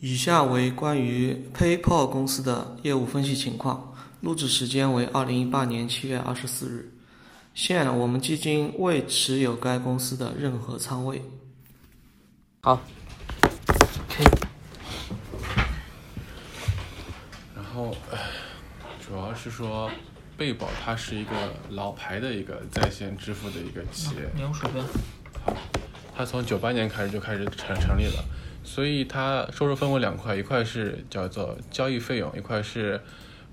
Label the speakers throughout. Speaker 1: 以下为关于 PayPal 公司的业务分析情况，录制时间为二零一八年七月二十四日。现我们基金未持有该公司的任何仓位。
Speaker 2: 好，
Speaker 1: OK，
Speaker 3: 然后，唉主要是说，贝宝它是一个老牌的一个在线支付的一个企业，
Speaker 2: 你用鼠标。
Speaker 3: 它从九八年开始就开始成成立了，所以它收入分为两块，一块是叫做交易费用，一块是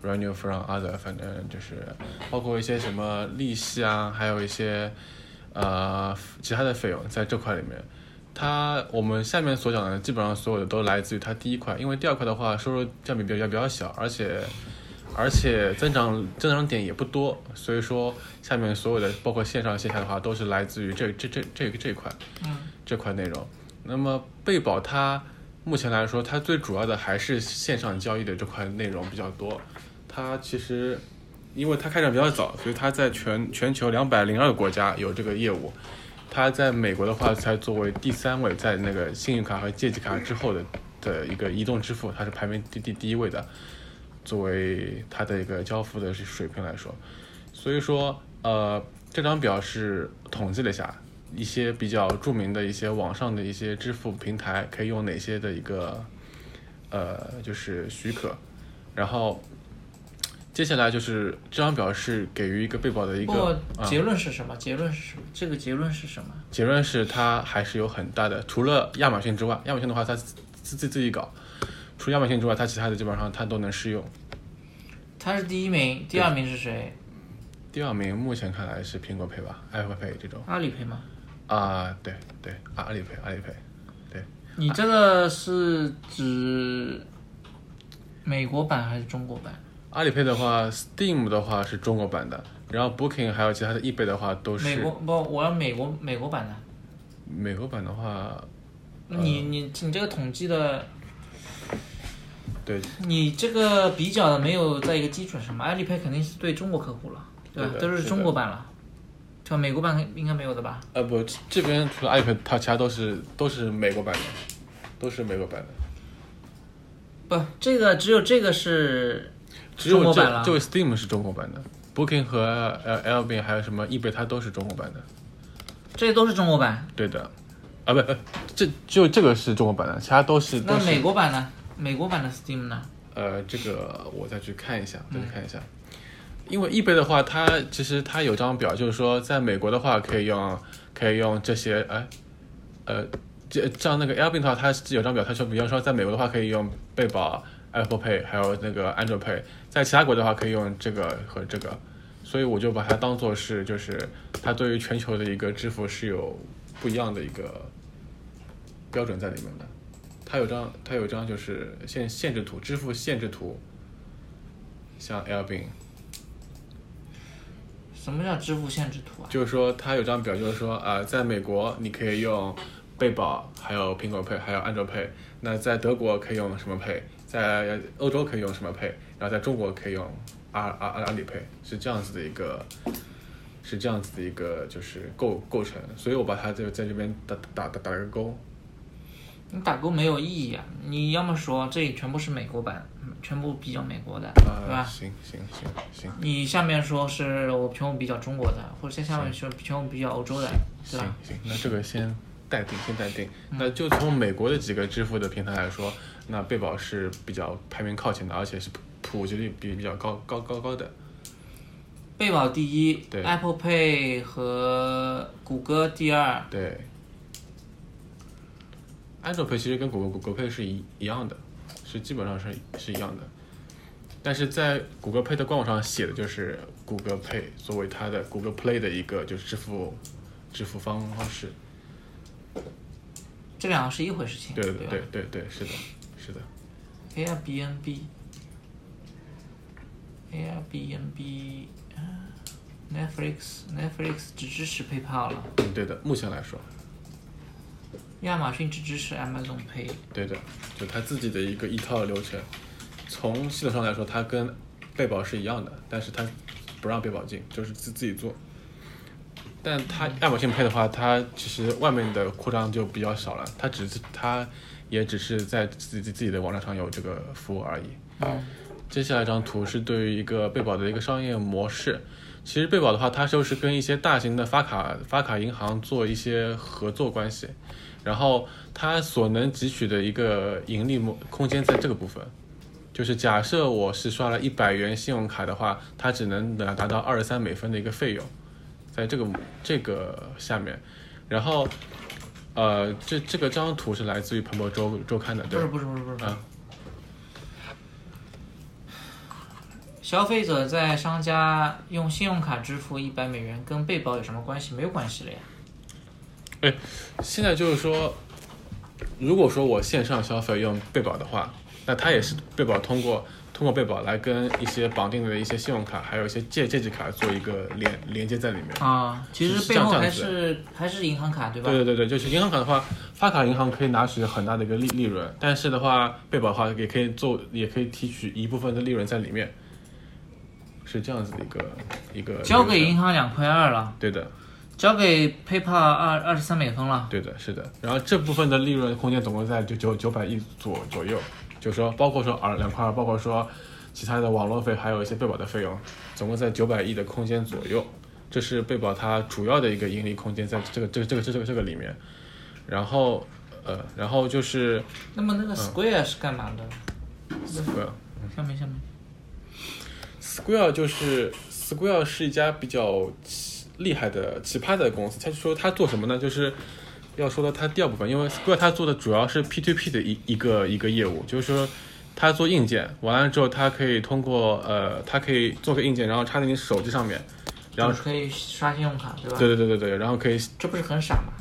Speaker 3: revenue from other，反正就是包括一些什么利息啊，还有一些呃其他的费用在这块里面。它我们下面所讲的基本上所有的都来自于它第一块，因为第二块的话收入占比比较比较小，而且而且增长增长点也不多，所以说下面所有的包括线上线下的话都是来自于这这这这这一块。
Speaker 2: 嗯
Speaker 3: 这块内容。那么贝宝它目前来说，它最主要的还是线上交易的这块内容比较多。它其实因为它开展比较早，所以它在全全球两百零二个国家有这个业务。它在美国的话，才作为第三位，在那个信用卡和借记卡之后的的一个移动支付，它是排名第第第一位的，作为它的一个交付的水平来说。所以说，呃，这张表是统计了一下一些比较著名的一些网上的一些支付平台可以用哪些的一个呃就是许可，然后接下来就是这张表是给予一个被保的一
Speaker 2: 不
Speaker 3: 个、
Speaker 2: 过
Speaker 3: 啊
Speaker 2: 结论是什么？结论是什么？这个结论是什么？
Speaker 3: 结论是它还是有很大的，除了亚马逊之外，亚马逊的话它自自自自己搞，除了亚马逊之外，它其他的基本上它都能适用。
Speaker 2: 他是第一名，第二名是谁？
Speaker 3: 第二名目前看来是苹果 Pay 吧，Apple Pay 这种
Speaker 2: 阿里 Pay 吗？
Speaker 3: 啊，对对，啊阿里 Pay 阿里 Pay，
Speaker 2: 你这个是指美国版还是中国版？
Speaker 3: 阿里 Pay 的话，Steam 的话是中国版的，然后 Booking 还有其他的 eBay 的话都
Speaker 2: 美
Speaker 3: 是
Speaker 2: 国不，我要美国美国版的。
Speaker 3: 美国版的话，
Speaker 2: 那
Speaker 3: 嗯
Speaker 2: 你你你这个统计的，
Speaker 3: 对
Speaker 2: 你这个比较的没有在一个基准上嘛？阿里 Pay 肯定是对中国客户了，对吧？
Speaker 3: 对的
Speaker 2: 都
Speaker 3: 是
Speaker 2: 是
Speaker 3: 的
Speaker 2: 中国版了，对吧？美国版应该没有的吧？
Speaker 3: 呃不，这边除了阿里 Pay，它其他都是都是美国版的，都是美国版的，
Speaker 2: 不，这个只有这个是
Speaker 3: 只有
Speaker 2: 中国版
Speaker 3: 这
Speaker 2: 了
Speaker 3: 就 Steam 是中国版的，Booking 和呃 l b 还有什么 eBay 它都是中国版的，
Speaker 2: 这都是中国版。
Speaker 3: 对的，啊不，不这就这个是中国版的，其他都是都
Speaker 2: 那
Speaker 3: 是
Speaker 2: 美国版呢？美国版的 Steam 呢？
Speaker 3: 呃，这个我再去看一下，再去看一下。因为易贝的话，它其实它有张表，就是说在美国的话可以用，可以用这些，哎，呃，这像那个 Airbnb 的话，它是有张表，它说，比方说在美国的话可以用贝宝、Apple Pay，还有那个 Android Pay，在其他国的话可以用这个和这个，所以我就把它当做是，就是它对于全球的一个支付是有不一样的一个标准在里面的。它有张，它有张就是限限制图，支付限制图，像 L b
Speaker 2: 什么叫支付限制图啊？
Speaker 3: 就是说它有张表，就是说呃，在美国你可以用贝宝，还有苹果 Pay，还有安卓 Pay，那在德国可以用什么 Pay，在欧洲可以用什么 Pay，然后在中国可以用阿阿阿阿里 Pay，是这样子的一个。是这样子的一个就是构构成，所以我把它就在这边打打打打了个勾。
Speaker 2: 你打勾没有意义啊！你要么说这全部是美国版，嗯全部比较美国的，对
Speaker 3: 啊，
Speaker 2: 吧？
Speaker 3: 行行行行
Speaker 2: 你下面说是我全部比较中国的，或者下面说全部比较欧洲的，对
Speaker 3: 行
Speaker 2: 吧？
Speaker 3: 行，那这个先待定，先待定。那就从美国的几个支付的平台来说，那贝宝是比较排名靠前的，而且是普普及率比比较高高高高的。
Speaker 2: 贝宝第一
Speaker 3: 对
Speaker 2: ，Apple Pay 和谷歌第二，
Speaker 3: 对，安卓配其实跟谷歌谷歌配是一一样的，是基本上是是一样的。但是在谷歌配的官网上写的就是谷歌配作为它的谷歌 Play 的一个就是支付支付方方式。
Speaker 2: 这两个是一回事情，
Speaker 3: 对
Speaker 2: 吧
Speaker 3: 对对对，是的，是的。
Speaker 2: Airbnb。Airbnb 啊，Netflix Netflix 只支持 PayPal 了，
Speaker 3: 嗯，对的，目前来说。
Speaker 2: 亚马逊只支持 Amazon Pay，
Speaker 3: 对的，就他自己的一个一套流程。从系统上来说，它跟贝宝是一样的，但是它不让贝宝进，就是自自己做。但它亚马逊配的话，它其实外面的扩张就比较少了，它只是它也只是在自己自己的网站上有这个服务而已。接下来一张图是对于一个贝宝的一个商业模式。其实贝宝的话，它就是跟一些大型的发卡发卡银行做一些合作关系，然后它所能汲取的一个盈利模空间在这个部分。就是假设我是刷了一百元信用卡的话，它只能拿达到二十三美分的一个费用，在这个这个下面，然后，呃，这这个张图是来自于彭博周周刊的，
Speaker 2: 不
Speaker 3: 对
Speaker 2: 是，不是不是不是，
Speaker 3: 啊，
Speaker 2: 消费者在商家用信用卡支付一百美元，跟被保有什么关系？没有关系了呀。
Speaker 3: 现在就是说，如果说我线上消费用贝宝的话，那它也是贝宝通过通过贝宝来跟一些绑定的一些信用卡，还有一些借借记卡做一个连连接在里面。
Speaker 2: 啊，其实
Speaker 3: 是
Speaker 2: 背后
Speaker 3: 这样
Speaker 2: 还
Speaker 3: 子
Speaker 2: 是还是银行卡对吧？
Speaker 3: 对对对对，就是银行卡的话，发卡银行可以拿取很大的一个利利润，但是的话，贝宝的话也可以做，也可以提取一部分的利润在里面，是这样子的一个一个。
Speaker 2: 交给银。行两块二了，
Speaker 3: 对的，
Speaker 2: 交给 PayPal 二二十三美分了。
Speaker 3: 对的，是的。然后这部分的利润空间总共在就九九百亿左左右，就是说包括说二两块二，包括说其他的网络费，还有一些贝宝的费用，总共在九百亿的空间左右。这是贝宝它主要的一个盈利空间，在这个这个这个这个这个里面。然后呃，然后就是
Speaker 2: 那么那
Speaker 3: 嗯
Speaker 2: 个 Square 是干嘛的？
Speaker 3: Square。
Speaker 2: 下面下面
Speaker 3: Square 就是 Square 是一家比较奇厉害的奇葩的公司。他说他做什么呢？就是要说到它第二部分，因为 Square 它做的主要是 P2P 的一一个一个业务，就是说它做硬件，完了之后它可以通过呃，它可以做个硬件，然后插在你手机上面，然后
Speaker 2: 就是可以刷信用卡对吧？
Speaker 3: 对对对对对，然后可以
Speaker 2: 这不是很傻吗？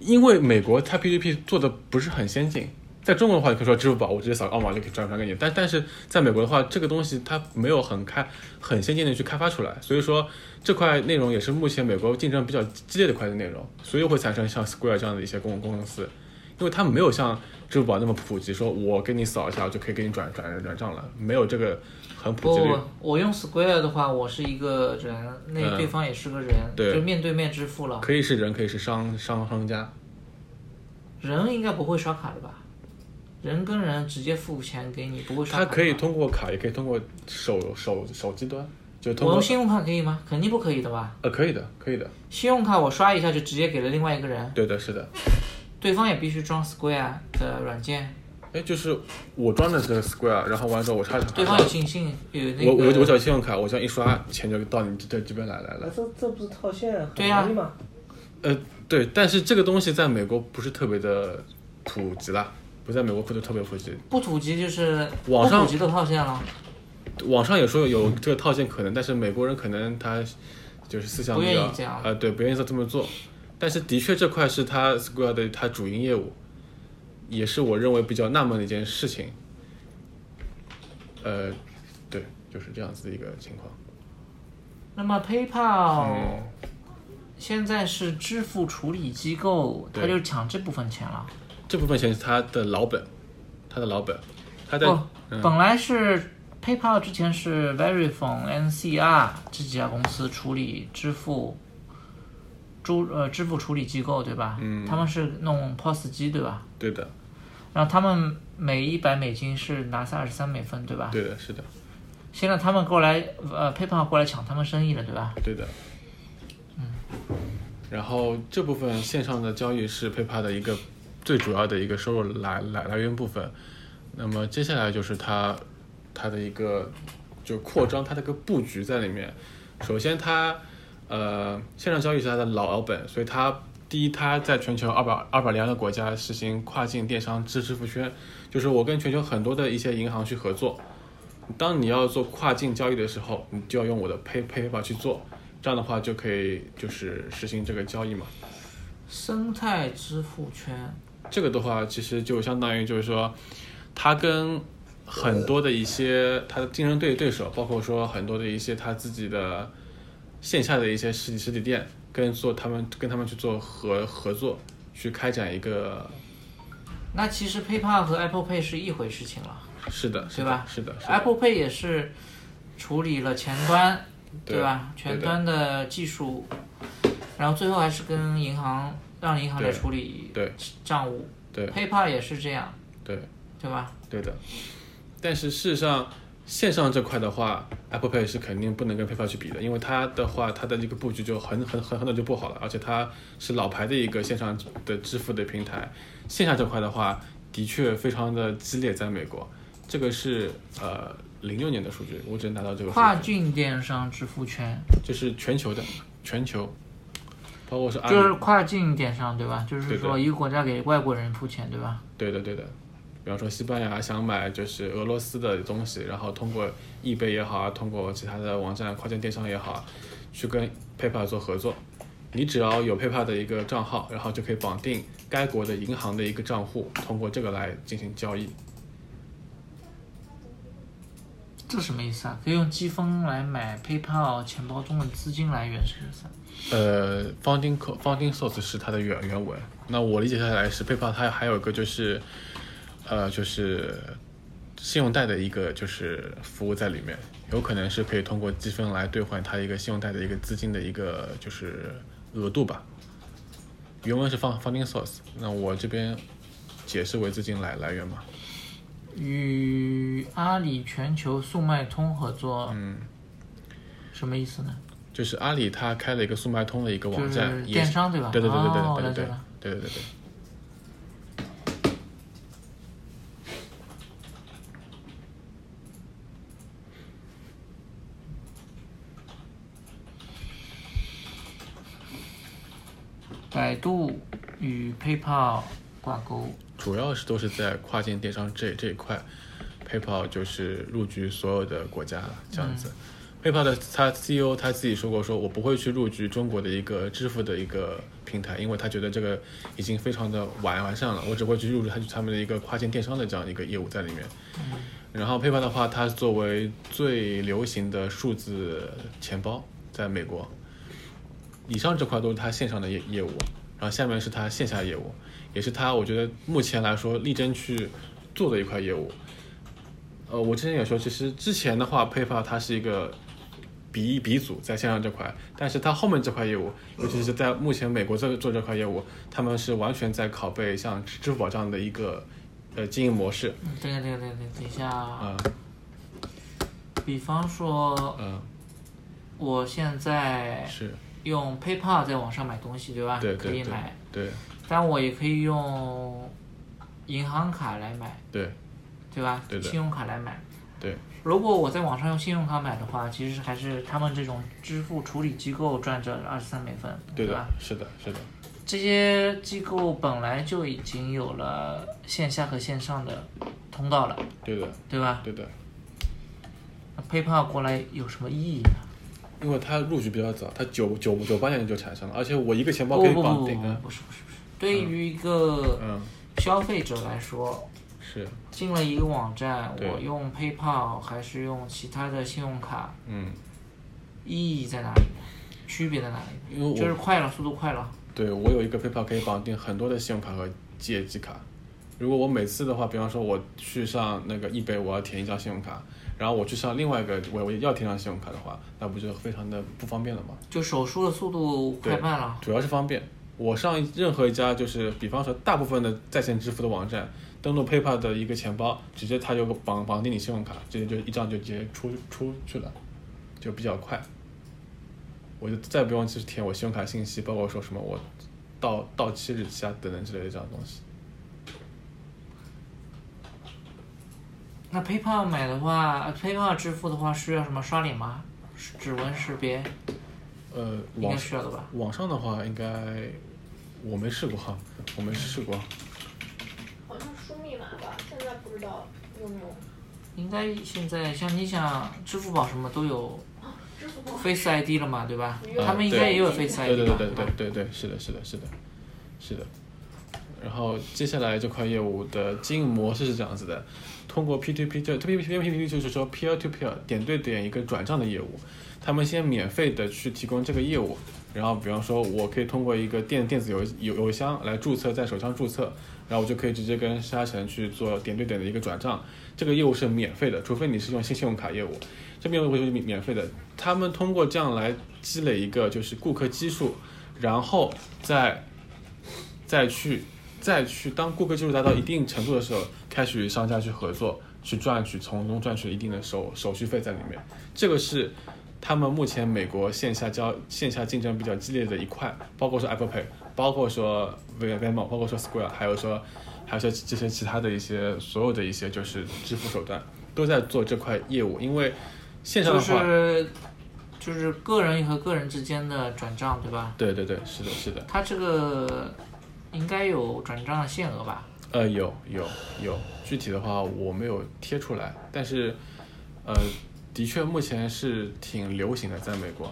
Speaker 3: 因为美国它 P2P 做的不是很先进，在中国的话，你可以说支付宝，我直接扫个二维码就可以转转给你。但但是在美国的话，这个东西它没有很开很先进的去开发出来，所以说这块内容也是目前美国竞争比较激烈的一块内容，所以会产生像 Square 这样的一些公公司，因为它没有像支付宝那么普及，说我给你扫一下就可以给你转转转账了，没有这个很
Speaker 2: 不，
Speaker 3: 普及的。
Speaker 2: 我我用 Square 的话，我是一个人，那
Speaker 3: 嗯
Speaker 2: 对方也是个人，
Speaker 3: 对
Speaker 2: 就面对面支付了。
Speaker 3: 可以是人，可以是商商商家，
Speaker 2: 人应该不会刷卡的吧？人跟人直接付钱给你，不会刷卡
Speaker 3: 它
Speaker 2: 的吧。
Speaker 3: 可以通过卡，也可以通过手手手机端，就通
Speaker 2: 我
Speaker 3: 过
Speaker 2: 用信用卡可以吗？肯定不可以的吧？
Speaker 3: 呃，可以的，可以的，
Speaker 2: 信用卡我刷一下就直接给了另外一个人，
Speaker 3: 对的，是的。
Speaker 2: 对方也必须装 Square 的软件，
Speaker 3: 哎，就是我装的这个 Square，然后完了之后我插上卡，
Speaker 2: 对方有信信有那个。
Speaker 3: 我我我只要信用卡，我这样一刷，钱就到你这这边来来了。
Speaker 1: 这这不是套现很
Speaker 2: 对呀
Speaker 1: 容易吗？
Speaker 3: 呃，对，但是这个东西在美国不是特别的普及啦，不在美国不是特别普及。
Speaker 2: 不普及就是
Speaker 3: 网上
Speaker 2: 不普及的套现了，
Speaker 3: 网上有说有这个套现可能，但是美国人可能他就是思想
Speaker 2: 不
Speaker 3: 比
Speaker 2: 愿
Speaker 3: 较
Speaker 2: 意这样
Speaker 3: 呃，对，不愿意这么做。但是的确，这块是他 Square 的他主营业务，也是我认为比较纳闷的一件事情。呃，对，就是这样子的一个情况。
Speaker 2: 那么 PayPal、现在是支付处理机构，
Speaker 3: 对
Speaker 2: 他就抢这部分钱了。
Speaker 3: 这部分钱是他的老本，他的老本，他在、
Speaker 2: 哦，
Speaker 3: 嗯
Speaker 2: 本来是 PayPal 之前是 Verifone、NCR 这几家公司处理支付，诸呃支付处理机构对吧？嗯，他们是弄 POS 机对吧？
Speaker 3: 对的，
Speaker 2: 然后他们每一百美金是拿下二十三美分对吧？
Speaker 3: 对的，是的，
Speaker 2: 现在他们过来呃 PayPal 过来抢他们生意了对吧？
Speaker 3: 对的。嗯然后这部分线上的交易是 PayPal 的一个最主要的一个收入来来来源部分。那么接下来就是它它的一个就扩张它的一个布局在里面。首先它呃线上交易是它的老老本，所以它第一它在全球二百二百零个国家实行跨境电商支支付圈，就是我跟全球很多的一些银行去合作。当你要做跨境交易的时候，你就要用我的 Pay PayPal 去做，这样的话就可以就是实行这个交易嘛。
Speaker 2: 生态支付圈，
Speaker 3: 这个的话，其实就相当于就是说，它跟很多的一些它的竞争对对手，包括说很多的一些它自己的线下的一些实体实体店，跟做他们跟他们去做合合作，去开展一个
Speaker 2: 那其实 PayPal 和 Apple Pay 是一回事情了。
Speaker 3: 是的，是
Speaker 2: 对吧
Speaker 3: 的，是的，是的
Speaker 2: Apple Pay 也是处理了前端，
Speaker 3: 对
Speaker 2: 对吧？
Speaker 3: 对的
Speaker 2: 前端的技术，然后最后还是跟银行让银行来
Speaker 3: 对
Speaker 2: 处理
Speaker 3: 对
Speaker 2: 账务。
Speaker 3: 对
Speaker 2: PayPal 也是这样，
Speaker 3: 对
Speaker 2: 对吧？
Speaker 3: 对的。但是事实上，线上这块的话，Apple Pay 是肯定不能跟 PayPal 去比的，因为它的话，它的这个布局就很很很很早就布好了，而且它是老牌的一个线上的支付的平台。线下这块的话，的确非常的激烈，在美国，这个是呃零六年的数据，我只能拿到这个数
Speaker 2: 跨
Speaker 3: 据，
Speaker 2: 境电商支付圈
Speaker 3: 这是全球的，全球，包括是阿里，
Speaker 2: 就是跨境电商对吧？就
Speaker 3: 啊
Speaker 2: 是
Speaker 3: 对的
Speaker 2: 说一个国家给外国人付钱对吧？
Speaker 3: 对的，对的。比方说西班牙想买就是俄罗斯的东西，然后通过易贝也好啊，通过其他的网站跨境电商也好啊，去跟 PayPal 做合作。你只要有 PayPal 的一个账号，然后就可以绑定该国的银行的一个账户，通过这个来进行交易。
Speaker 2: 这什么意思啊？可以用积分来买 PayPal 钱包中的资金来源是什么意思啊？
Speaker 3: 呃，funding co- funding source 是它的原原文。那我理解下来是 PayPal 它还有一个就是，呃，就是信用贷的一个就是服务在里面，有可能是可以通过积分来兑换它一个信用贷的一个资金的一个就是额度吧。原文是放 funding source，那我这边解释为资金来来源嘛。
Speaker 2: 与阿里全球速卖通合作，嗯，什么意思呢？
Speaker 3: 就是阿里它开了一个速卖通的一个
Speaker 2: 就
Speaker 3: 网
Speaker 2: 是
Speaker 3: 站，也
Speaker 2: 电
Speaker 3: 是
Speaker 2: 商对吧？
Speaker 3: 对对对对
Speaker 2: 哦，我
Speaker 3: 对
Speaker 2: 了
Speaker 3: 对
Speaker 2: 解
Speaker 3: 对
Speaker 2: 了。
Speaker 3: 对对对对。
Speaker 2: 百度与 PayPal 挂钩，
Speaker 3: 主要是都是在跨境电商这这一块，PayPal 就是入局所有的国家这样子。PayPal 的他 CEO 他自己说过，说我不会去入局中国的一个支付的一个平台，因为他觉得这个已经非常的完完善了，我只会去入驻他他们的一个跨境电商的这样一个业务在里面。然后 PayPal 的话，它作为最流行的数字钱包，在美国，以上这块都是它线上的业业务，然后下面是它线下业务，也是它我觉得目前来说力争去做的一块业务。呃，我之前也说，其实之前的话，PayPal 它是一个鼻翼鼻祖在线上这块，但是它后面这块业务，尤其是在目前美国这做这块业务，他们是完全在拷贝像支付宝这样的一个呃经营模式，
Speaker 2: 嗯，等一下等一下等一下等一下，
Speaker 3: 啊、
Speaker 2: 比方说
Speaker 3: 嗯、
Speaker 2: 我现在
Speaker 3: 是
Speaker 2: 用 PayPal 在网上买东西对吧？
Speaker 3: 对
Speaker 2: 可
Speaker 3: 对
Speaker 2: 以
Speaker 3: 对
Speaker 2: 买，
Speaker 3: 对
Speaker 2: 但我也可以用银行卡来买，
Speaker 3: 对
Speaker 2: 对吧？
Speaker 3: 对的
Speaker 2: 信用卡来买。
Speaker 3: 对，
Speaker 2: 如果我在网上用信用卡买的话，其实还是他们这种支付处理机构赚着二十三美分，
Speaker 3: 对的
Speaker 2: 吧？，
Speaker 3: 是的，是的，
Speaker 2: 这些机构本来就已经有了线下和线上的通道了，
Speaker 3: 对的，
Speaker 2: 对吧？
Speaker 3: 对的。
Speaker 2: 那 PayPal 过来有什么意义啊呢？
Speaker 3: 因为它入局比较早，它九九九八年就产生了，而且我一个钱
Speaker 2: 不
Speaker 3: 包可以
Speaker 2: 不哦不
Speaker 3: 绑
Speaker 2: 不不
Speaker 3: 定啊，
Speaker 2: 不是不是不是，对于一个
Speaker 3: 嗯，
Speaker 2: 消费者来说，
Speaker 3: 是，
Speaker 2: 进了一个网站，
Speaker 3: 对
Speaker 2: 我用 PayPal 还是用其他的信用卡，
Speaker 3: 嗯，
Speaker 2: 意义在哪里呢？区别在哪里？
Speaker 3: 因为我
Speaker 2: 就是快了，速度快了。
Speaker 3: 对我有一个 PayPal 可以绑定很多的信用卡和借记卡。如果我每次的话，比方说我去上那个易贝，我要填一张信用卡，然后我去上另外一个，我我要填上信用卡的话，那不就非常的不方便了吗？
Speaker 2: 就手术的速度快慢了，
Speaker 3: 主要是方便。我上任何一家就是，比方说大部分的在线支付的网站，登录 PayPal 的一个钱包，直接它就绑绑定你信用卡，直接就一张就直接出出去了，就比较快。我就再不用去填我信用卡信息，包括说什么我到到期日期啊等等之类的这样东西。
Speaker 2: 那 PayPal 买的话，PayPal 呃支付的话需要什么刷脸吗？指纹识别
Speaker 3: 呃，
Speaker 2: 应
Speaker 3: 网
Speaker 2: 该需要的吧？
Speaker 3: 网上的话，应该我没试过哈，我没试过。
Speaker 4: 好像输密码吧，现在不知道有没有。
Speaker 2: 应该现在像你想支付宝什么都有
Speaker 4: 啊支付宝
Speaker 2: Face ID 了嘛，对吧
Speaker 4: 嗯？
Speaker 2: 他们应该也有
Speaker 4: 对
Speaker 2: Face
Speaker 3: 对
Speaker 2: ID
Speaker 3: 对
Speaker 2: 吧？
Speaker 3: 对对
Speaker 2: 吧
Speaker 3: 对对对，是的，是的，是的，是的。然后接下来这块业务的经营模式是这样子的，通过 P to P 就 P P P P P 就是说 peer to peer 点对点一个转账的业务，他们先免费的去提供这个业务，然后比方说我可以通过一个电电子邮邮邮箱来注册，在手上注册，然后我就可以直接跟沙城去做点对点的一个转账，这个业务是免费的，除非你是用信信用卡业务，这边我会是免免费的。他们通过这样来积累一个就是顾客基数，然后再再去再去当顾客基数达到一定程度的时候，开始与商家去合作，去赚取从中赚取一定的手手续费在里面。这个是他们目前美国线下交线下竞争比较激烈的一块，包括说 Apple Pay，包括说 Venmo，包括说 Square，还有说还有说这些其他的一些所有的一些就是支付手段都在做这块业务，因为线上
Speaker 2: 啊就
Speaker 3: 的话，
Speaker 2: 是就是个人和个人之间的转账，对吧？
Speaker 3: 对对对，是的，是的，
Speaker 2: 它这个应该有转账的限额吧？
Speaker 3: 呃，有有有，具体的话我没有贴出来，但是，呃，的确目前是挺流行的，在美国。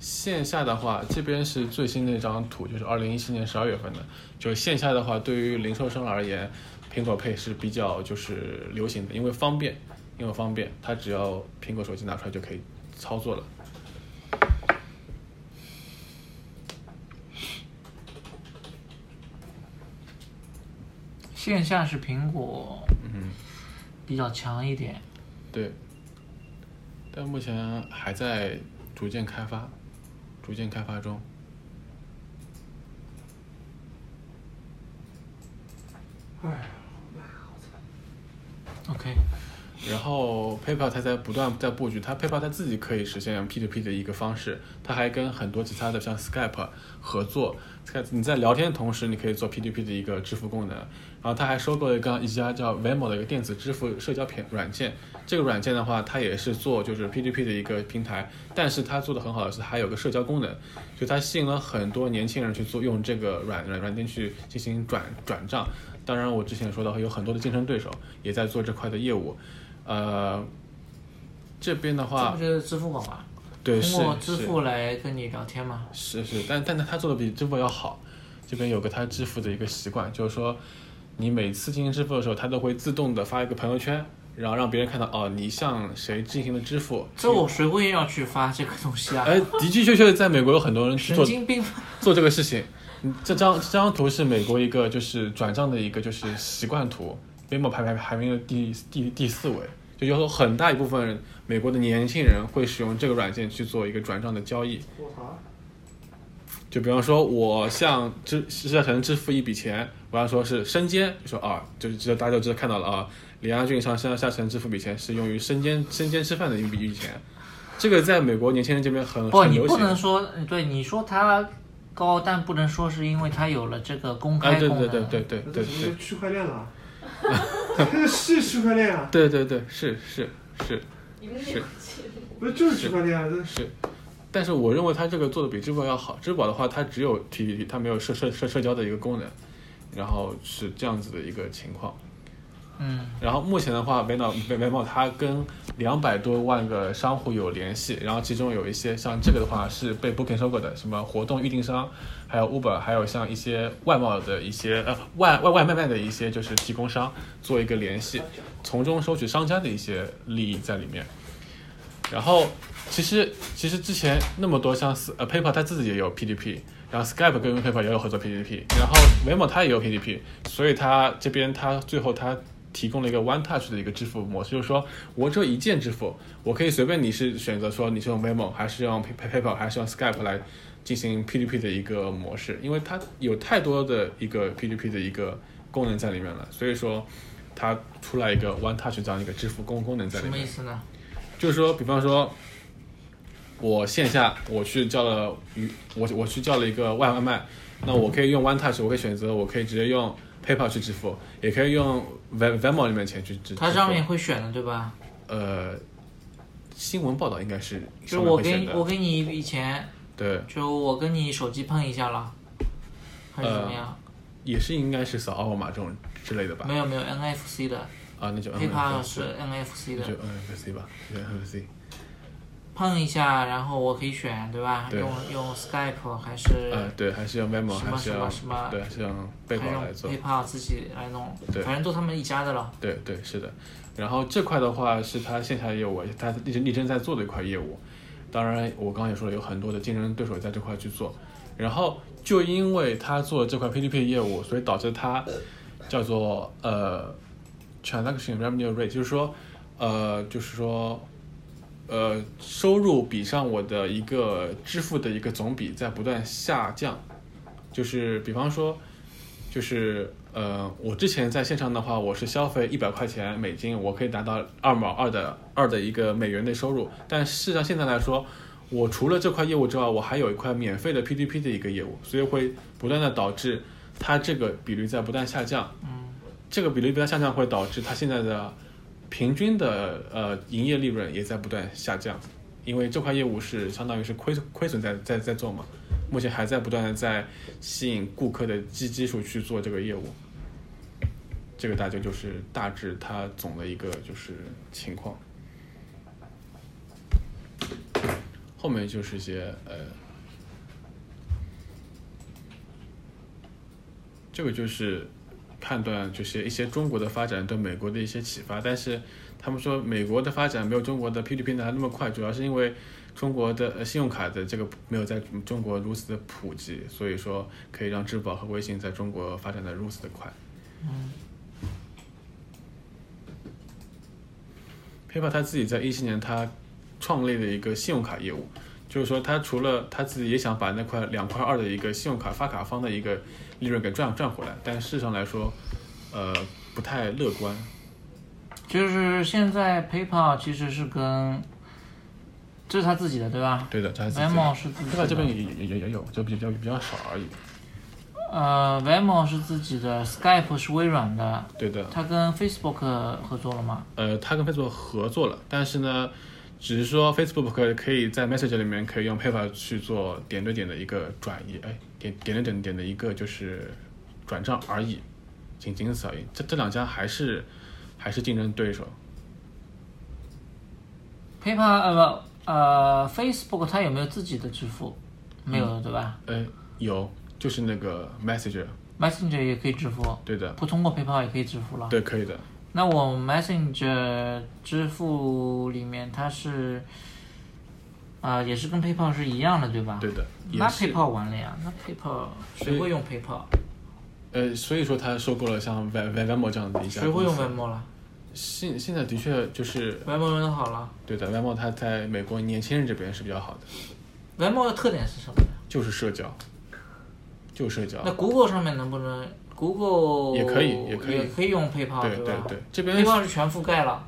Speaker 3: 线下的话，这边是最新的一张图，就是二零一七年十二月份的。就线下的话，对于零售商而言，苹果 Pay 是比较就是流行的，因为方便，因为方便，它只要苹果手机拿出来就可以操作了。
Speaker 2: 线下是苹果
Speaker 3: 嗯，
Speaker 2: 比较强一点，
Speaker 3: 对。但目前还在逐渐开发，逐渐开发中。
Speaker 2: OK，
Speaker 3: 然后 PayPal 它在不断在布局，它 PayPal 它自己可以实现 P to P 的一个方式，它还跟很多其他的像 Skype 合作。Skype 你在聊天的同时，你可以做 P to P 的一个支付功能。然后它还收购了一个一家叫 Venmo 的一个电子支付社交平软件。这个软件的话，它也是做就是 P to P 的一个平台，但是它做的很好的是还有个社交功能，就它吸引了很多年轻人去做用这个软软软件去进行转转账。当然，我之前说到有很多的竞争对手也在做这块的业务。呃，这边的
Speaker 2: 这
Speaker 3: 话
Speaker 2: 不，就是支付宝吗？
Speaker 3: 啊对是
Speaker 2: 通过支
Speaker 3: 是
Speaker 2: 付来跟你聊天吗？
Speaker 3: 是是，但但他做的比支付宝要好。这边有个他支付的一个习惯，就是说，你每次进行支付的时候，他都会自动的发一个朋友圈，然后让别人看到哦，你向谁进行了支付。
Speaker 2: 这我谁会要去发这个东西啊？
Speaker 3: 哎，的的确确，在美国有很多人去
Speaker 2: 神
Speaker 3: 做
Speaker 2: 经病！
Speaker 3: 做这个事情。嗯这张这张图是美国一个就是转账的一个就是习惯图，Venmo 排排排名的第第第四位，就有很大一部分美国的年轻人会使用这个软件去做一个转账的交易。就比方说，我向支石小城支付一笔钱，我要说是身兼，就说啊，就是知道大家都知道看到了啊，李安俊向向夏城支付笔钱是用于身兼身兼吃饭的一笔一笔钱，这个在美国年轻人这边很
Speaker 2: 不，
Speaker 3: 呃很
Speaker 2: 你
Speaker 3: 流
Speaker 2: 不
Speaker 3: 行。
Speaker 2: 能说呃对你说它高，但不能说是因为它有了这个公
Speaker 3: 哎，
Speaker 2: 开
Speaker 3: 对
Speaker 2: 功能。
Speaker 3: 对对对对
Speaker 5: 那
Speaker 3: 对
Speaker 5: 这
Speaker 3: 对
Speaker 5: 是。区块链了啊， 这是区块链啊，
Speaker 3: 对对对，是是是
Speaker 4: 一个
Speaker 3: 是
Speaker 5: 不是就是区块链啊，这
Speaker 3: 是，但是我认为它这个做的比支付宝要好。支付宝的话，它只有 TPP，它没有社社社社交的一个功能，然后是这样子的一个情况。
Speaker 2: 嗯，
Speaker 3: 然后目前的话，Venmo Venmo 它跟两百多万个商户有联系，然后其中有一些像这个的话是被 Booking 收购的，什么活动预订商，还有 Uber，还有像一些外贸的一些呃外外外卖卖的一些就是提供商做一个联系，从中收取商家的一些利益在里面。然后其实其实之前那么多像呃 PayPal 它自己也有 PDP，然后 Skype 跟 PayPal 也有合作 PDP，然后 Venmo 它也有 PDP，所以它这边它最后它提供了一个 One Touch 的一个支付模式，就是说我只有一键支付，我可以随便你是选择说你是用 Venmo 还是用 Pay- Pay- PayPal 还是用 Skype 来进行 PDP 的一个模式，因为它有太多的一个 PDP 的一个功能在里面了，所以说它出来一个 One Touch 这样一个支付功功能在
Speaker 2: 什
Speaker 3: 里
Speaker 2: 么
Speaker 3: 面
Speaker 2: 意。思呢？
Speaker 3: 就是说，比方说，我线下我去叫了鱼，我我去叫了一个外卖，那我可以用 One Touch，我可以选择，我可以直接用 PayPal 去支付，也可以用 Ven Venmo 里面钱去支。
Speaker 2: 它上面
Speaker 3: 支付
Speaker 2: 会选的，对吧？
Speaker 3: 呃，新闻报道应该是
Speaker 2: 就是
Speaker 3: 上面
Speaker 2: 我
Speaker 3: 会选
Speaker 2: 给
Speaker 3: 的
Speaker 2: 我给你一笔钱，
Speaker 3: 对，
Speaker 2: 就我跟你手机碰一下了，还是怎么样？
Speaker 3: 也是应该是扫二维码这种之类的吧
Speaker 2: 没？有没有 NFC 的
Speaker 3: 啊，那就
Speaker 2: ，PayPal
Speaker 3: NFC
Speaker 2: 是 NFC
Speaker 3: 那
Speaker 2: 的
Speaker 3: 就，NFC 嗯吧就，NFC
Speaker 2: 碰一下，然后我可以选，对吧？
Speaker 3: 对
Speaker 2: 用用 Skype 还是、
Speaker 3: 呃，对，还是用 Venmo，
Speaker 2: 什么
Speaker 3: 还是
Speaker 2: 什
Speaker 3: 用
Speaker 2: 么什么
Speaker 3: 对，还是用 PayPal 来
Speaker 2: 还是
Speaker 3: 做
Speaker 2: 用。PayPal 自己来弄
Speaker 3: 对，
Speaker 2: 反正都他们一家的了。
Speaker 3: 对对，是的。然后这块的话是他线下业务，他一直力争在做的一块业务。当然，我刚刚也说了，有很多的竞争对手在这块去做。然后就因为他做了这块 P2P 业务，所以导致他叫做呃 transaction revenue rate，就是说呃就是说呃收入比上我的一个支付的一个总比在不断下降。就是比方说，就是呃，我之前在线上的话，我是消费一百块钱美金，我可以达到二毛二的二的一个美元的收入。但事实上现在来说，我除了这块业务之外，我还有一块免费的 P2P 的一个业务，所以会不断的导致它这个比率在不断下降。
Speaker 2: 嗯，
Speaker 3: 这个比例不断下降会导致它现在的平均的呃营业利润也在不断下降，因为这块业务是相当于是亏亏损在在在做嘛，目前还在不断的在吸引顾客的基基数去做这个业务，这个大家就是大致它总的一个就是情况，后面就是一些呃。这个就是判断就是一些中国的发展对美国的一些启发，但是他们说美国的发展没有中国的 P2P 来得那么快，主要是因为中国的呃信用卡的这个没有在中国如此的普及，所以说可以让支付宝和微信在中国发展的如此的快。PayPal 他自己在一七年他创立了一个信用卡业务，就是说他除了他自己也想把那块两块二的一个信用卡发卡方的一个利润给赚赚回来，但事实上来说，呃，不太乐观。
Speaker 2: 就是现在 PayPal 其实是跟，这是他自己的对吧
Speaker 3: 对的，他自己
Speaker 2: ？Venmo 是自己
Speaker 3: PayPal
Speaker 2: 的，
Speaker 3: 这边也也也也有，就比较比较少而已。
Speaker 2: 呃，Venmo 是自己的，Skype 是微软的，
Speaker 3: 对的，
Speaker 2: 他跟 Facebook 合作了吗？
Speaker 3: 呃，他跟 Facebook 合作了，但是呢，只是说 Facebook 可以可以在 Messenger 里面可以用 PayPal 去做点对点的一个转移，哎，点点对点点的一个就是转账而已，仅仅此而已。这这两家还是还是竞争对手。
Speaker 2: PayPal 呃不呃 Facebook 它有没有自己的支付？没有的对吧
Speaker 3: 呃，有，就是那个 Messenger，
Speaker 2: ？Messenger 也可以支付，
Speaker 3: 对的，
Speaker 2: 不通过 PayPal 也可以支付了。
Speaker 3: 对，可以的。
Speaker 2: 那我 Messenger 支付里面它是，啊、也是跟 PayPal 是一样的对吧？
Speaker 3: 对的，
Speaker 2: 那
Speaker 3: 也是。
Speaker 2: PayPal 完了呀，那 PayPal 谁会用 PayPal？
Speaker 3: 呃，所以说他收购了像 Ve- Ve- Venmo 这样的一家
Speaker 2: 谁
Speaker 3: 公司。
Speaker 2: 会用 Venmo 了
Speaker 3: 现现在的确就是
Speaker 2: ？Venmo 用的好了
Speaker 3: 对的，Venmo 它在美国年轻人这边是比较好的，
Speaker 2: ，Venmo 的特点是什么呀？
Speaker 3: 就是社交，就是社交。
Speaker 2: 那 Google 上面能不能 Google
Speaker 3: 啊也可以也可以
Speaker 2: 也可以用 PayPal
Speaker 3: 对对
Speaker 2: 吧
Speaker 3: 对，这边
Speaker 2: PayPal 是全覆盖了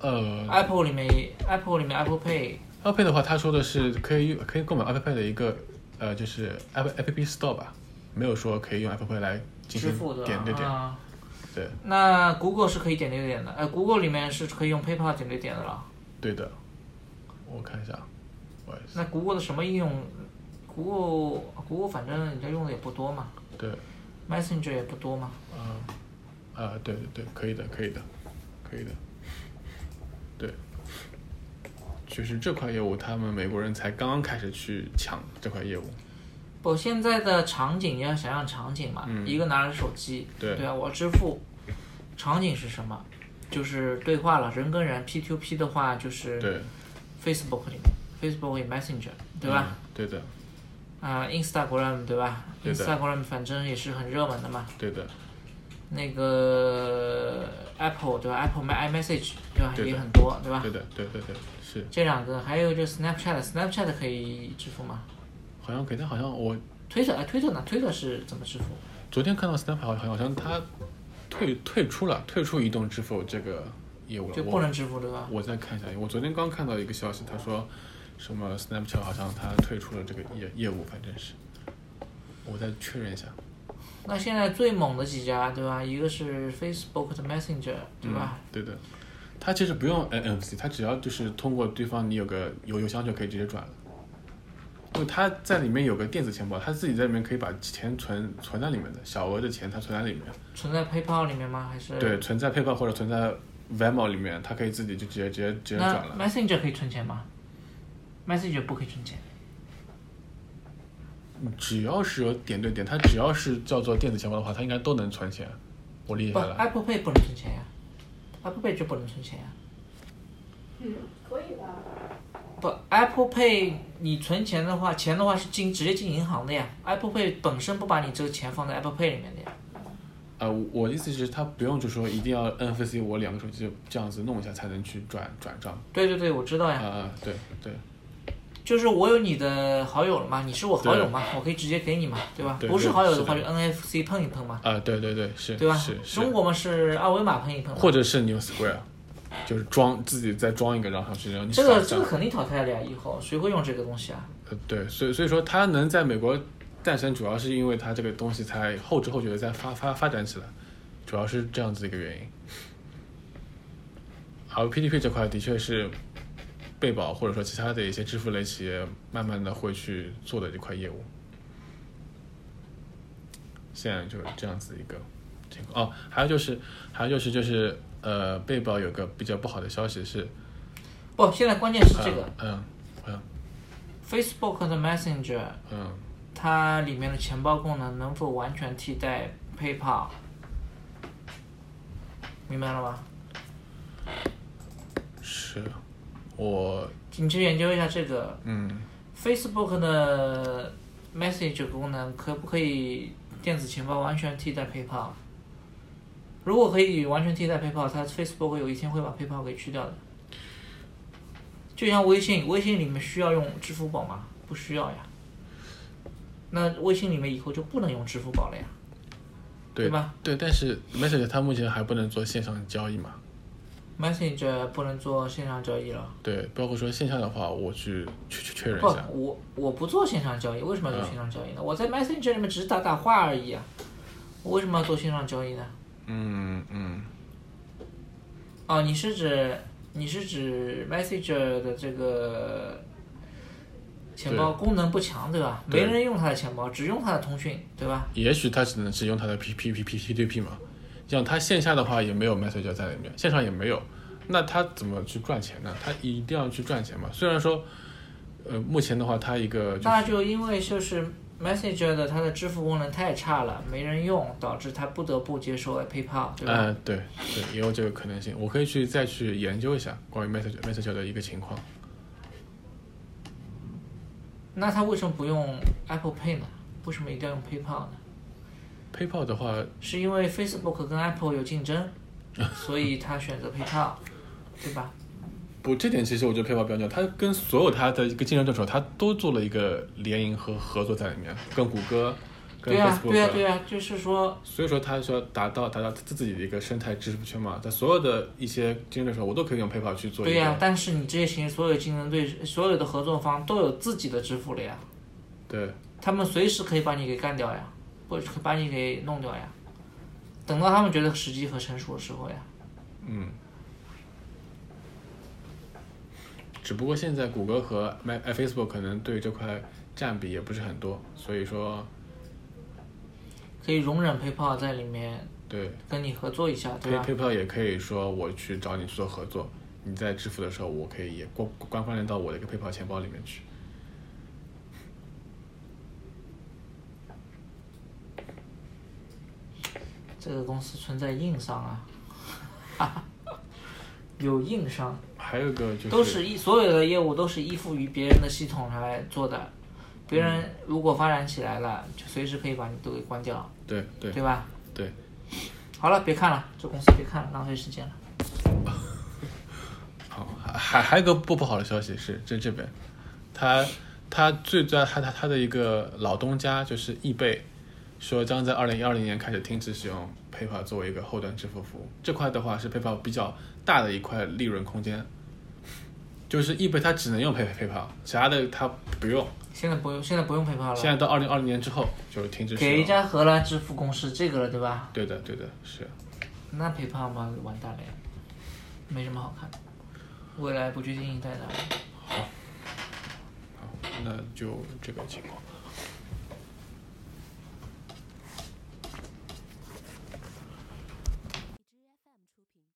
Speaker 3: 呃
Speaker 2: ，Apple 里面 Apple 里面 Apple Pay，
Speaker 3: ，Apple Pay 的话，他说的是可以可以购买 Apple Pay 的一个呃，就是 Apple App Store 吧，没有说可以用 Apple Pay 来进
Speaker 2: 支
Speaker 3: 行
Speaker 2: 付的
Speaker 3: 点对点。
Speaker 2: 啊。
Speaker 3: 对
Speaker 2: 那 Google 是可以点对点的，呃，Google 里面是可以用 PayPal 点对点的了。
Speaker 3: 对的，我看一下，我也是
Speaker 2: 那 Google 的什么应用？Google Google 反正人家用的也不多嘛
Speaker 3: 对，
Speaker 2: ，Messenger 也不多嘛。
Speaker 3: 啊、啊，对对对，可以的，可以的，可以的，对，就是这块业务，他们美国人才刚刚开始去抢这块业务，
Speaker 2: 不，现在的场景你要想想场景嘛，
Speaker 3: 嗯
Speaker 2: 一个拿着手机，
Speaker 3: 对
Speaker 2: 啊，我支付，场景是什么？就是对话了，人跟人 P to P 的话就是
Speaker 3: 对，
Speaker 2: Facebook 里面，Facebook 里 Messenger 对吧？
Speaker 3: 嗯对的，
Speaker 2: 啊、i n s t a g r a m 对吧
Speaker 3: 嗯对的
Speaker 2: ？Instagram 反正也是很热门的嘛。
Speaker 3: 对的，
Speaker 2: 那个 Apple 对吧？Apple My iMessage 对吧？
Speaker 3: 对的
Speaker 2: 也很多对吧？
Speaker 3: 对的，对对对，是，
Speaker 2: 这两个，还有就 Snapchat，Snapchat 可以支付吗？
Speaker 3: 好像可以，但好像我
Speaker 2: 推特，哎，推特呢？推特是怎么支付？
Speaker 3: 昨天看到 Snap 好像好像他退退出了，退出移动支付这个业务了，
Speaker 2: 就
Speaker 3: 我
Speaker 2: 不能支付对吧？
Speaker 3: 我再看一下，我昨天刚看到一个消息，他说什么 Snapchat 好像他退出了这个业业务，反正是，我再确认一下。
Speaker 2: 那现在最猛的几家对吧？一个是 Facebook 的 Messenger 对吧？
Speaker 3: 嗯？对的，他其实不用呃 NFC，他只要就是通过对方你有个邮邮箱就可以直接转了。因为他在里面有个电子钱包，他自己在里面可以把钱存存在里面的小额的钱，他存在里面。
Speaker 2: 存在 PayPal 里面吗？还是？
Speaker 3: 嗯对，存在 PayPal 或者存在 Venmo 里面，他可以自己就直接直接直接转
Speaker 2: 那
Speaker 3: 了。
Speaker 2: Messenger 可以存钱吗？Messenger 不可以存钱。
Speaker 3: 只要是有点对点，它只要是叫做电子钱包的话，它应该都能存钱。我理解
Speaker 2: 不
Speaker 3: 下来，
Speaker 2: ，Apple Pay 不能存钱呀、a p p l e Pay 就不能存钱呀、
Speaker 4: 可以吧？
Speaker 2: 不，Apple Pay 你存钱的话，钱的话是进直接进银行的呀。Apple Pay 本身不把你这个钱放在 Apple Pay 里面的呀。
Speaker 3: 呃，我的意思是，它不用就说一定要 NFC，我两个手机这样子弄一下才能去转转账。
Speaker 2: 哎对对对，我知道
Speaker 3: 啊、
Speaker 2: 呀。
Speaker 3: 对对，
Speaker 2: 就是我有你的好友了嘛，你是我好友嘛，我可以直接给你嘛，对吧？
Speaker 3: 对
Speaker 2: 不是
Speaker 3: 对
Speaker 2: 好友
Speaker 3: 是
Speaker 2: 的话
Speaker 3: 的
Speaker 2: 就 NFC 碰一碰嘛，
Speaker 3: 啊，对对对，是，
Speaker 2: 对吧
Speaker 3: 是？是
Speaker 2: 中，国嘛是二维码碰一碰嘛，
Speaker 3: 或者是 New Square，就是装自己再装一个，然后去让你
Speaker 2: 这个
Speaker 3: 扫一
Speaker 2: 这
Speaker 3: 下
Speaker 2: 个肯定淘汰了呀，以后谁会用这个东西啊？
Speaker 3: 呃，对，所以所以说它能在美国诞生，主要是因为它这个东西才后知后觉的在发发发展起来，主要是这样子一个原因。而 PDP 这块的确是贝宝或者说其他的一些支付类企业慢慢的会去做的这块业务。现在就是这样子一个情况哦，还有就是，还有就是就是呃，贝宝有个比较不好的消息是，
Speaker 2: 不，现在关键是
Speaker 3: 呃
Speaker 2: 这个、
Speaker 3: 嗯嗯
Speaker 2: Facebook 的 Messenger，
Speaker 3: 嗯
Speaker 2: 它里面的钱包功能能否完全替代 PayPal？明白了吗？
Speaker 3: 嗯是，我
Speaker 2: 你去研究一下这个
Speaker 3: 嗯。
Speaker 2: Facebook 的 Message 功能可不可以电子钱包完全替代 PayPal？如果可以完全替代 PayPal，它 Facebook 有一天会把 PayPal 给去掉的。就像微信，微信里面需要用支付宝吗？不需要呀。那微信里面以后就不能用支付宝了呀，对
Speaker 3: 对
Speaker 2: 吧？
Speaker 3: 对，但是 Message 它目前还不能做线上交易嘛？
Speaker 2: ？Message 不能做线上交易了。
Speaker 3: 对，包括说线下的话，我去去去确认
Speaker 2: 不
Speaker 3: 一下，。嗯
Speaker 2: 我我不做线上交易，为什么要做线上交易呢？我在 Messenger 里面只是打打话而已啊，我为什么要做线上交易呢？
Speaker 3: 嗯嗯，
Speaker 2: 哦，你是指你是指 Messenger 的这个钱包功能不强，对吧？
Speaker 3: 对
Speaker 2: 没人用它的钱包，只用它的通讯，对吧？
Speaker 3: 也许它只能是用它的 P P P P P P P 嘛，像它线下的话也没有 Message 在里面，线上也没有，那它怎么去赚钱呢？它一定要去赚钱嘛。虽然说，呃，目前的话，它一个就是
Speaker 2: 那就因为就是 Messenger 的它的支付功能太差了，没人用，导致它不得不接受 PayPal，对吧？
Speaker 3: 呃，对对，也有这个可能性，我可以去再去研究一下关于 Message Message 的一个情况。
Speaker 2: 那它为什么不用 Apple Pay 呢？为什么一定要用 PayPal 呢？
Speaker 3: PayPal 的话，
Speaker 2: 是因为 Facebook 跟 Apple 有竞 争，所以他选择 PayPal，对吧？
Speaker 3: 不，这点其实我觉得 PayPal 比较牛，它跟所有它的一个竞争对手，它都做了一个联营和合作在里面，跟谷歌、跟
Speaker 2: 对呀、
Speaker 3: Facebook，、啊
Speaker 2: 对啊呀、对呀、就是说，
Speaker 3: 所以说它需要达到达到自己的一个生态支付圈嘛，在所有的一些竞争对手，我都可以用 PayPal 去做一
Speaker 2: 对
Speaker 3: 个。
Speaker 2: 呀、但是你这些行所有竞争对所有的合作方都有自己的支付了呀，
Speaker 3: 对
Speaker 2: 他们随时可以把你给干掉呀，或者把你给弄掉呀，等到他们觉得时机和成熟的时候呀。
Speaker 3: 嗯只不过现在谷歌和 My Facebook 可能对这块占比也不是很多，所以说
Speaker 2: 可以容忍 PayPal 在里面
Speaker 3: 对
Speaker 2: 跟你合作一下，对啊
Speaker 3: Pay
Speaker 2: 吧？
Speaker 3: PayPal 也可以说我去找你去做合作，你在支付的时候，我可以也关关关联到我的一个 PayPal 钱包里面去。
Speaker 2: 这个公司存在硬伤啊， 有硬伤。
Speaker 3: 还有一个就是
Speaker 2: 都是依所有的业务都是依附于别人的系统来做的，别人
Speaker 3: 嗯
Speaker 2: 如果发展起来了，就随时可以把你都给关掉，
Speaker 3: 对对
Speaker 2: 对吧？
Speaker 3: 对。
Speaker 2: 好了，别看了，这公司别看了，浪费时间了。
Speaker 3: 好，还还有一个不不好的消息是，这这边，他他最最他他他的一个老东家就是易贝，说将在二零二零年开始停止使用 PayPal 作为一个后端支付服务。这块的话是 PayPal 比较大的一块利润空间，就是易贝它只能用 Pay PayPal，其他的它不用。
Speaker 2: 现在不用，现在不用 PayPal
Speaker 3: 现
Speaker 2: 了，
Speaker 3: 在到二零二零年之后就是停止使
Speaker 2: 给一
Speaker 3: 用。
Speaker 2: 家荷兰支付公司这个了，对吧？
Speaker 3: 对的，对的，是。
Speaker 2: 那 PayPal 嘛，完蛋了呀，没什么好看的，未来不确定性太大了。
Speaker 3: 好，那就这个情况。